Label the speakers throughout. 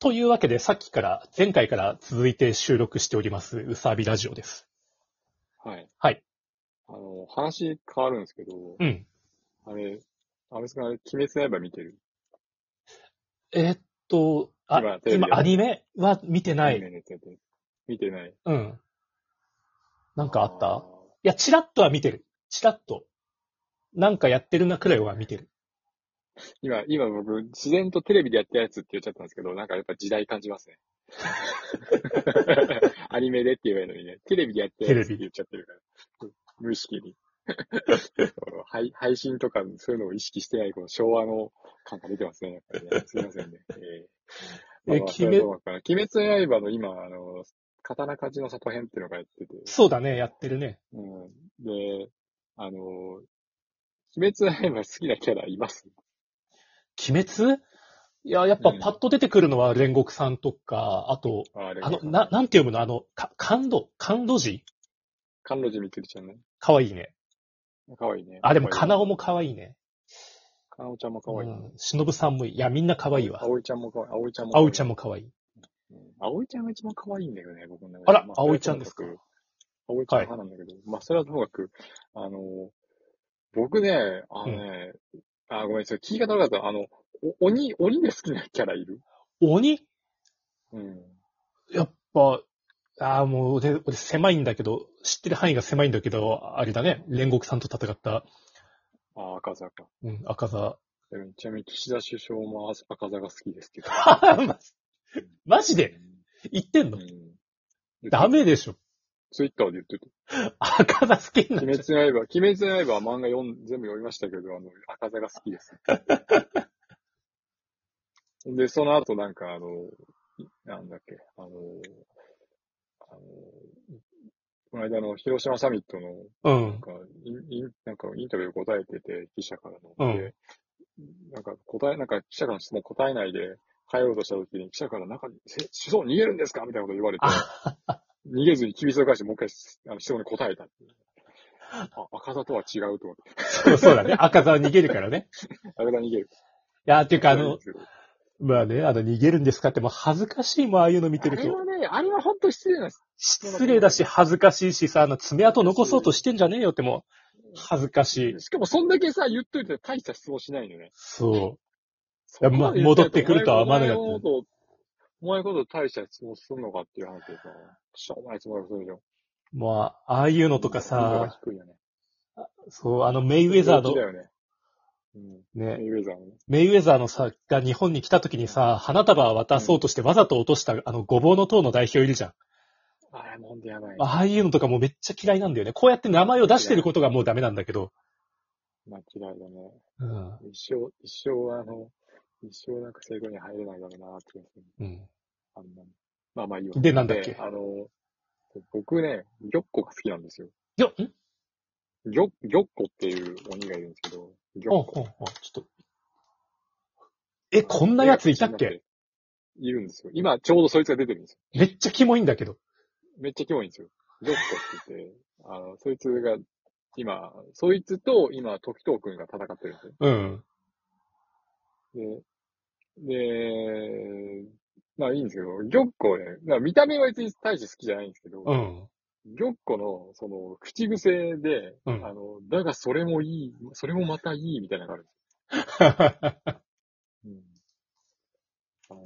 Speaker 1: というわけで、さっきから、前回から続いて収録しております、うさびラジオです。
Speaker 2: はい。
Speaker 1: はい。
Speaker 2: あの、話変わるんですけど、
Speaker 1: うん。
Speaker 2: あれ、安部さん、あれ、鬼滅の刃見てる
Speaker 1: えーっと、あ、
Speaker 2: 今テレビで
Speaker 1: 今、アニメは見てな
Speaker 2: アニ
Speaker 1: い。
Speaker 2: メのやつやってる見てない。
Speaker 1: うん。なんかあった
Speaker 2: ー
Speaker 1: いや、チラッとは見てる。チラッと。なんかやってるなくらいは見てる。
Speaker 2: 今、今僕、自然とテレビでやったやつって言っちゃったんですけど、なんかやっぱ時代感じます ね。アニメでって言えばいいのにね、テレビでやったやつって言っちゃってるから。無意識に。 その配配信とかそういうのを意識してないこの昭和の感が出てますね、やっぱりね。すみませんね。えー
Speaker 1: え
Speaker 2: まあまあ
Speaker 1: 鬼滅
Speaker 2: それはどうなのかな鬼滅の刃の今、あの、刀鍛冶の里編っていうのがやってて、
Speaker 1: そうだね、やってるね。
Speaker 2: うん、で、あの、鬼滅の刃好きなキャラいます
Speaker 1: 鬼滅いや、やっぱ
Speaker 2: うん
Speaker 1: パッと出てくるのは煉獄さんとか、あと、
Speaker 2: あれ
Speaker 1: あの、な、なんて読むのあの、か、感度感度字
Speaker 2: 甘露寺みつりちゃんね。
Speaker 1: かわいいね。
Speaker 2: かわいいね。
Speaker 1: あ、でも、
Speaker 2: か
Speaker 1: か
Speaker 2: な
Speaker 1: なおもかわいいね。
Speaker 2: かなおちゃんもかわいい。
Speaker 1: うん。しのぶさんもいい。いや、みんなかわいいわ。
Speaker 2: あおいちゃんもかわいい。あおいちゃんも
Speaker 1: あおいちゃん
Speaker 2: も。
Speaker 1: もかわいい。
Speaker 2: あおいちゃんが一番かわいいんだけどね、僕の中で。
Speaker 1: あら
Speaker 2: ま
Speaker 1: 葵ちゃんですか。
Speaker 2: あおいちゃん派なんだけど、まあ、それはともかく、あの、僕ね、あのね、あ、ごめん、それ聞き方悪かった。あの、お鬼、鬼で好きなキャラいる
Speaker 1: 鬼
Speaker 2: うん。
Speaker 1: やっぱ、ああ、もう俺、俺狭いんだけど、知ってる範囲が狭いんだけど、あれだね、煉獄さんと戦った、
Speaker 2: あ、赤座か。
Speaker 1: うん、赤座。
Speaker 2: でもちなみに岸田首相も赤座が好きですけど。
Speaker 1: マジマジで言ってん
Speaker 2: う
Speaker 1: の
Speaker 2: ん。
Speaker 1: ダメでしょ。
Speaker 2: ツイッターで言ってて。
Speaker 1: 赤座好きになっちゃう
Speaker 2: 鬼滅の刃、鬼滅の刃は漫画読ん全部読みましたけど、あの、赤座が好きです。 で、その後なんかあの、いなんだっけ、あの、あの、この間の広島サミットの、
Speaker 1: うん
Speaker 2: なん。か、インインなんかインタビュー答えてて、記者からの。
Speaker 1: うん
Speaker 2: でなんか答え、なんか記者からの質問答えないで帰ろうとした時に、記者から中に、せ首相逃げるんですかみたいなこと言わ れて、逃げずに厳しさを返して、もう一回あの質問に答えたっていう。あ、赤座とは違うと思って。
Speaker 1: そうそうだね。赤座は逃げるから ね。
Speaker 2: 赤座逃げる。
Speaker 1: いやー、っていうか、あ
Speaker 2: いいん
Speaker 1: の
Speaker 2: で、すよ
Speaker 1: まあね、あの、逃げるんですかって、もう恥ずかしいもん、ああいうの見てる
Speaker 2: あれ
Speaker 1: と。
Speaker 2: はね、あれは本当失礼なんです。
Speaker 1: 失礼だし、恥ずかしいしさ、あの、爪痕残そうとしてんじゃねえよって、もう、恥ずかしい。
Speaker 2: しかもそんだけさ、言っといて大した質問しないのね。
Speaker 1: そ
Speaker 2: そ
Speaker 1: いや
Speaker 2: こまで言
Speaker 1: ま
Speaker 2: っ
Speaker 1: 戻
Speaker 2: て
Speaker 1: ってくるとは思わなかった
Speaker 2: お前のこと、お前のこと大した質問するのかっていう話でさ、しょうもない質問をするでしょ。
Speaker 1: う。まあ、ああいうのとかさ、
Speaker 2: 頻度が低いよね、
Speaker 1: そう、あの、メイウェザーの
Speaker 2: 病気だ、よね。うん。メ
Speaker 1: ね、
Speaker 2: イウェザーもね。
Speaker 1: メイウェザーのさ、が日本に来た時にさ、花束を渡そうとしてわざと落とした、あの、ごぼうの塔の代表いるじゃん。
Speaker 2: あれもほんとやばい。
Speaker 1: ああいうのとかもうめっちゃ嫌いなんだよね。こうやって名前を出してることがもうダメなんだけど。
Speaker 2: まあ嫌いだね。
Speaker 1: うん。
Speaker 2: 一生、一生あの、一生なんか成功に入れないだろうなって気がする。
Speaker 1: うん。
Speaker 2: あんなのまあまあいいよ。
Speaker 1: でなんだっけ
Speaker 2: であの、僕ね、玉子が好きなんですよ。
Speaker 1: よ、ん
Speaker 2: 玉、玉子っていう鬼がいるんですけど、
Speaker 1: お
Speaker 2: 玉
Speaker 1: ん
Speaker 2: 子。
Speaker 1: おんおんちょっと。え、こんなやついたっけ
Speaker 2: いるんですよ。今、ちょうどそいつが出てるんですよ。
Speaker 1: めっちゃキモいんだけど。
Speaker 2: めっちゃキモいんですよ。ジョッコって言って、あの、そいつが、今、そいつと今、時藤くんが戦ってるんですよ。
Speaker 1: うん。
Speaker 2: で、で、まあいいんですけど、玉子ね、まあ見た目は別に大して好きじゃないんですけど、
Speaker 1: うん。
Speaker 2: 玉子の、その、口癖で、
Speaker 1: うん
Speaker 2: あの、だがそれもいい、それもまたいい、みたいなのがあるんですよ。うん。あの、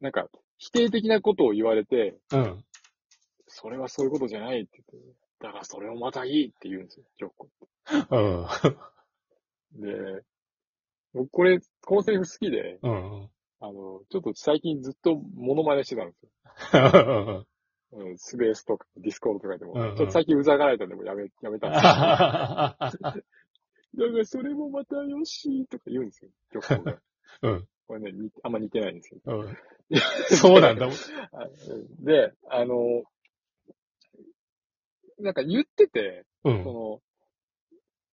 Speaker 2: なんか、否定的なことを言われて、
Speaker 1: うん。
Speaker 2: それはそういうことじゃないって言って、だがそれもまたいいって言うんですよ、玉子。
Speaker 1: うん。
Speaker 2: で、僕これ、このセリフ好きで、
Speaker 1: うん。
Speaker 2: あの、ちょっと最近ずっとモノマネしてたんですよ。うん、スペースとか、ディスコードとかでも。
Speaker 1: うんうん
Speaker 2: ちょっと最近うざがられたんで、もうやめ、やめ たんですけど。だからそれもまたよしとか言うんですよ、玉子が。
Speaker 1: うん
Speaker 2: これね、にあんま似てないんですけど。
Speaker 1: うんそうなん だ。
Speaker 2: あで、あの、なんか言ってて、
Speaker 1: うん。
Speaker 2: その、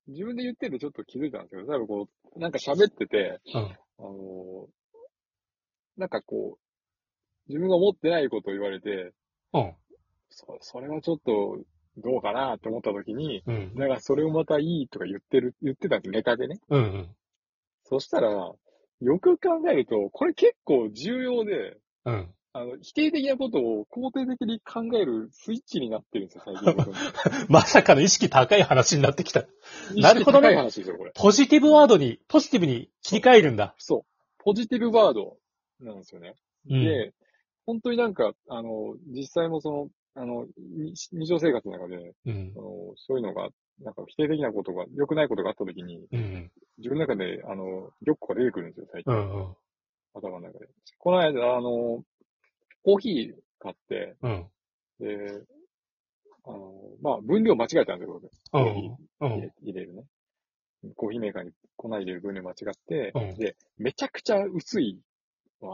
Speaker 2: 自分で言っててちょっと気づいたんですけど、多分こう、なんか喋ってて、
Speaker 1: うん。
Speaker 2: あの、なんかこう、自分が思ってないことを言われて、
Speaker 1: うん。
Speaker 2: そそれはちょっとどうかなって思った時に、
Speaker 1: うん。
Speaker 2: だからそれをまたいいとか言ってる、言ってたんです、ネタでね。
Speaker 1: うん。
Speaker 2: そしたら、よく考えると、これ結構重要で、
Speaker 1: うん。
Speaker 2: あの、否定的なことを肯定的に考えるスイッチになってるんですよ、最近僕の。
Speaker 1: まさかの意識高い話になってきた。 なるほどね
Speaker 2: 意識高い話ですよ、これ。
Speaker 1: ポジティブワードに、ポジティブに切り替えるんだ。
Speaker 2: そう。ポジティブワードなんですよね。
Speaker 1: うん
Speaker 2: で、本当になんか、あの、実際もその、あの、に日常生活の中で、
Speaker 1: うん
Speaker 2: あ。のそういうのが、なんか否定的なことが、良くないことがあった時に、
Speaker 1: うん。
Speaker 2: 自分の中で、あの、玉子が出てくるんですよ、最近
Speaker 1: う。ん。
Speaker 2: 頭の中で。この間、あの、コーヒー買って、
Speaker 1: うん。
Speaker 2: で、あの、まあ、分量間違えたんですよ、僕
Speaker 1: う
Speaker 2: コーヒ
Speaker 1: ん。
Speaker 2: ー
Speaker 1: う
Speaker 2: 入
Speaker 1: ん
Speaker 2: れ。入れるね。コーヒーメーカーに粉入れる分量間違って、
Speaker 1: うん
Speaker 2: で、めちゃくちゃ薄い、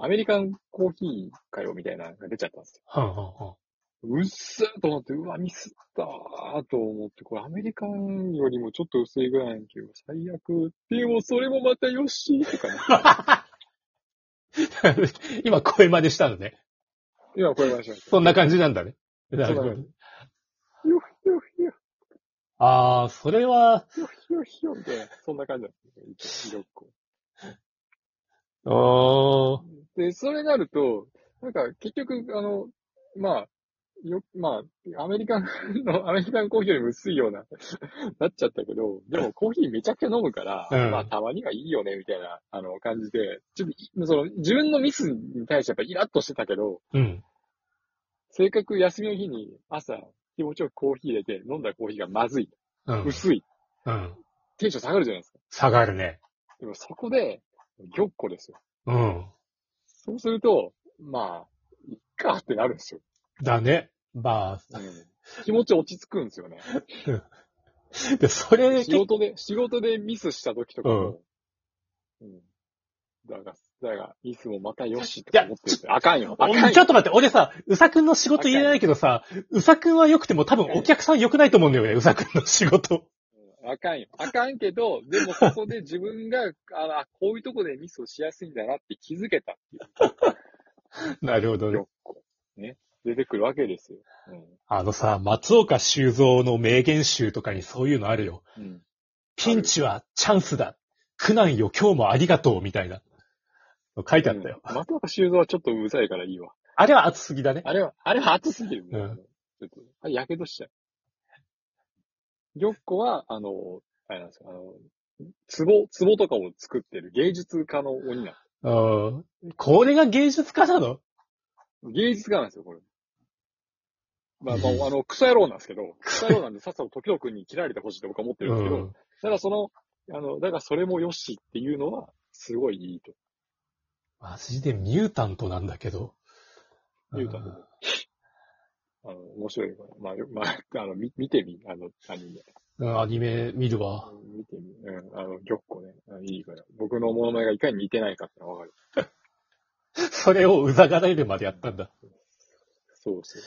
Speaker 2: アメリカンコーヒーかよ、みたいなのが出ちゃったんですよ。
Speaker 1: は
Speaker 2: うっすーと思って、うわ、ミスったーと思って、これアメリカンよりもちょっと薄いぐらいのけど、最悪。でも、それもまたよしーとかね。
Speaker 1: はは 今、声真似したのね。
Speaker 2: 今、これました。
Speaker 1: そんな感じなんだね。なる
Speaker 2: う
Speaker 1: ほ
Speaker 2: な
Speaker 1: ど
Speaker 2: の。ひよひよひよ
Speaker 1: ああ、それは、
Speaker 2: ひよひよひよみたいな、そんな感じなんですよ。色っ
Speaker 1: おー
Speaker 2: こで、それになると、なんか、結局、あの、まあ、よ、まあ、アメリカンの、ア メリカンコーヒーよりも薄いような、 なっちゃったけど、でもコーヒーめちゃくちゃ飲むから、
Speaker 1: うん
Speaker 2: まあ、たまにはいいよね、みたいな、あの、感じで、ちょっとい、その、自分のミスに対してやっぱイラッとしてたけど、
Speaker 1: うん。
Speaker 2: せっかく休みの日に朝、気持ちよくコーヒー入れて、飲んだコーヒーがまずい、
Speaker 1: うん。
Speaker 2: 薄い、
Speaker 1: うん。
Speaker 2: テンション下がるじゃないですか。
Speaker 1: 下がるね。
Speaker 2: でもそこで、ぎょっこですよ。
Speaker 1: うん。
Speaker 2: そうすると、まあ、いっかってなるんですよ。
Speaker 1: だね。ま
Speaker 2: 気持ち落ち着くんですよね。
Speaker 1: あ、で、それ、
Speaker 2: 仕事で、仕事でミスした時とかも。うん。だが、だが、ミスもまたよしって思ってるんですよ。あかんよ。あ
Speaker 1: お
Speaker 2: かん
Speaker 1: ちょ
Speaker 2: よ
Speaker 1: っ。と待って、俺さ、うさくんの仕事言えないけどさ、うさくんは良くても多分お客さん良くないと思うんだよね、うさくんの仕事。
Speaker 2: あかんよ。あかんけど、でもそこで自分が、あのあこういうとこでミスをしやすいんだなって気づけたっていう
Speaker 1: なるほどね。
Speaker 2: よっこね。出てくるわけですよ。
Speaker 1: あのさ、松岡修造の名言集とかにそういうのあるよ。
Speaker 2: うん。うん。
Speaker 1: ピンチはチャンスだ。苦難よ、今日もありがとう、みたいな。書いてあったよ。
Speaker 2: うん。松岡修造はちょっとうざいからいいわ。
Speaker 1: あれは熱すぎだね。
Speaker 2: あれは、あれは熱すぎる、ね。
Speaker 1: うん
Speaker 2: ちょっと、あれ、やけどしちゃう。ヨッコは、あの、あれなんですよ、あの、壺、壺とかを作ってる芸術家の鬼な
Speaker 1: うん。これが芸術家なの
Speaker 2: の。芸術家なんですよ、これ。まあ、ま あ、あの、クソ野郎なんですけど、クソ野郎なんで、さっさと時の君に切られてほしいと僕は思ってるんですけど、
Speaker 1: うん
Speaker 2: ただその、あの、だからそれもよしっていうのは、すごいいいと。
Speaker 1: マジでミュータントなんだけど。
Speaker 2: ミュータントあの、面白いから。まあ、よまあ、あの、み見てみ、あの、アニメ。
Speaker 1: うんアニメ見るわ。
Speaker 2: 見てみ、うん、あの、玉子ね、あいいから。僕のモノマネがいかに似てないかってのはわかる。
Speaker 1: それをうざがられるまでやったんだ。
Speaker 2: そうそう。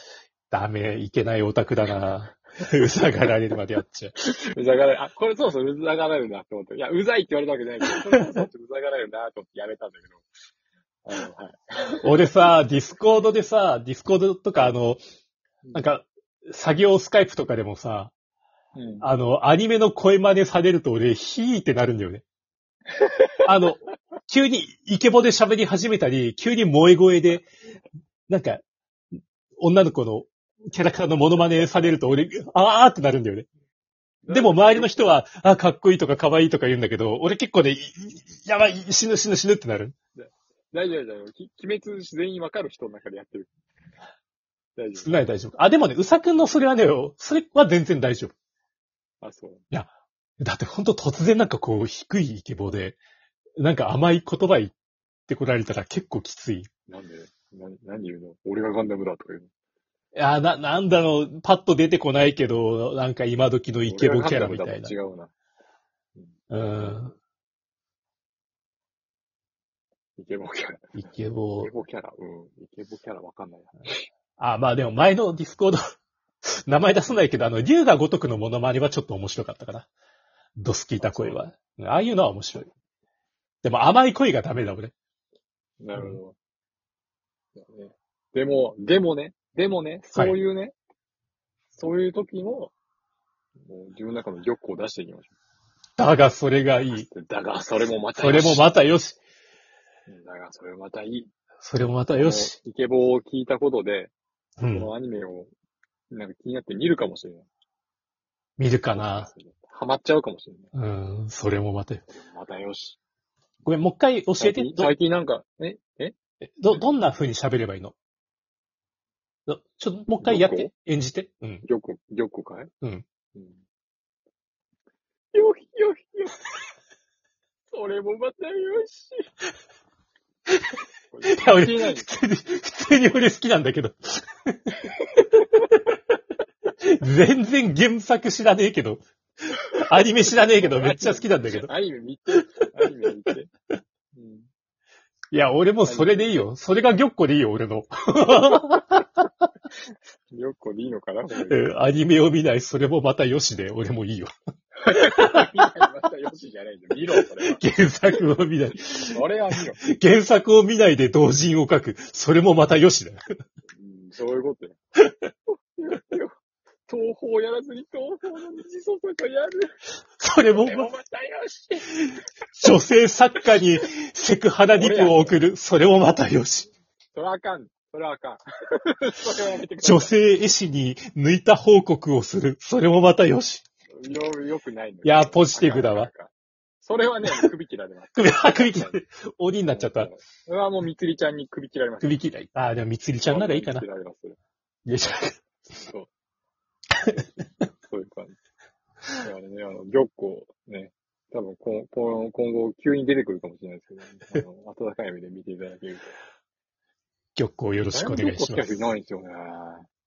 Speaker 1: ダメ、いけないオタクだな。うざがられるまでやっちゃう。
Speaker 2: うざがられ、あ、これそろそろうざがられるなって思って。いや、うざいって言われたわけじゃないけど、これそろそろうざがられるなと思ってやめたんだけど。あの、はい。
Speaker 1: 俺さ、ディスコードでさ、ディスコードとかあの、なんか、作業スカイプとかでもさ、
Speaker 2: うん。
Speaker 1: あの、アニメの声真似されると俺、ヒーってなるんだよね。あの、急にイケボで喋り始めたり、急に萌え声で、なんか、女の子のキャラクターのモノマネされると俺、あーってなるんだよね。でも周りの人は、あ、かっこいいとか可愛いとか言うんだけど、俺結構ね、いいやばい、死ぬ死ぬ死ぬってなる。
Speaker 2: 大丈夫大丈夫。き鬼滅全員わかる人の中でやってる。大丈
Speaker 1: 少ない大丈夫。あ、でもね、うさくんのそれはね、それは全然大丈夫。
Speaker 2: 夫。あ、そう。
Speaker 1: だってほんと突然なんかこう、低いイケボで、なんか甘い言葉言ってこられたら結構きつい。
Speaker 2: なんで、な何言うの俺がガンダムだとか言うの。
Speaker 1: あ、な、なんだろう、パッと出てこないけど、なんか今時のイケボキャラみたいな。
Speaker 2: 俺がガンダムだと違うな。
Speaker 1: うん。
Speaker 2: イケボキャラ。
Speaker 1: イケボ
Speaker 2: イケ。ボキャラ。うん。イケボキャラわかんない。
Speaker 1: あ、まあでも前のディスコード、 名前出さないけど、あの、竜が如くのモノマネはちょっと面白かったかな。ドス聞いた声は。ああいうのは面白い。でも甘い声がダメだ、俺。
Speaker 2: なるほど。だねでも、でもね、でもね、そういうね、そういう時も、もう自分の中の玉子を出していきましょ
Speaker 1: だが、それがいい。
Speaker 2: う。だが、それもまた
Speaker 1: それもまたよし。
Speaker 2: うんだからそれまたいい。
Speaker 1: それもまたよし。
Speaker 2: このイケボを聞いたことで、
Speaker 1: う
Speaker 2: こ
Speaker 1: ん。
Speaker 2: のアニメを、なんか気になって見るかもしれない。
Speaker 1: 見るかな。。
Speaker 2: ハマっちゃうかもしれない。
Speaker 1: うん。それもまた。
Speaker 2: またよし。
Speaker 1: ごめん、もう一回教え
Speaker 2: 最
Speaker 1: て
Speaker 2: 近。最近なんか、ええ
Speaker 1: ど、ど、どんな風に喋ればいいのどちょっと、もう一回やっ
Speaker 2: ど
Speaker 1: て。演じて。うん。
Speaker 2: 玉子、玉子かい
Speaker 1: うん。
Speaker 2: うん。よひよひよ。 それもまたよし。これ
Speaker 1: いや、俺、
Speaker 2: 関係ない
Speaker 1: 普通に、普通に俺好きなんだけど。全然原作知らねえけど。アニメ知らねえけど、めっちゃ好きなんだけど。
Speaker 2: アニメ見て。アニメ見て。うん。
Speaker 1: いや、俺もうそれでいいよ。それが玉子でいいよ、俺の。
Speaker 2: 玉子でいいのかなこれ
Speaker 1: うんアニメを見ない、それもまたよしで、俺もいいよ。
Speaker 2: またよしじゃないんだよ。見ろ、それは。
Speaker 1: 原作を見ない。
Speaker 2: それは見ろ。
Speaker 1: 原作を見ないで同人を書く。それもまたよしだ。
Speaker 2: うん、そういうことよ。東方やらずに東方の二次創作やる。
Speaker 1: それも
Speaker 2: で、もまたよし。
Speaker 1: 女性作家にセクハラリプを送る。それもまたよし。
Speaker 2: それはあかん。それは あかん。それはやめてください。
Speaker 1: 女性絵師に抜いた報告をする。それもまたよし。
Speaker 2: よ、よくないのよ
Speaker 1: いやポジティブだわ。
Speaker 2: あかんあかんあかんそれはね、首切られます。
Speaker 1: 首、 あ首切れ、鬼になっちゃった。。
Speaker 2: それはもう、みつりちゃんに首切られます。
Speaker 1: 首切れ。ああ、でもみつりちゃんならいいかな
Speaker 2: 首。切られます。
Speaker 1: いやじゃ
Speaker 2: そういう感じ。だからね、あの、玉子、ね、多分こんこん今後、急に出てくるかもしれないですけど、あの、温かい目で見ていただけると。
Speaker 1: 玉子をよろしくお願 いしま
Speaker 2: 誰も玉子好きな人い
Speaker 1: す。
Speaker 2: ないんですよね。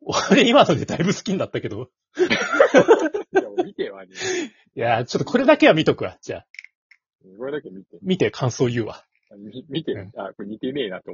Speaker 1: 俺、今のでだいぶ好きになったけど。
Speaker 2: いや、もう見てよ、アニメ。
Speaker 1: いやー、ちょっとこれだけは見とくわ。じゃあ、
Speaker 2: これだけ見て。
Speaker 1: 見て感想言うわ。
Speaker 2: み見て、あ、これ似てねえなと思って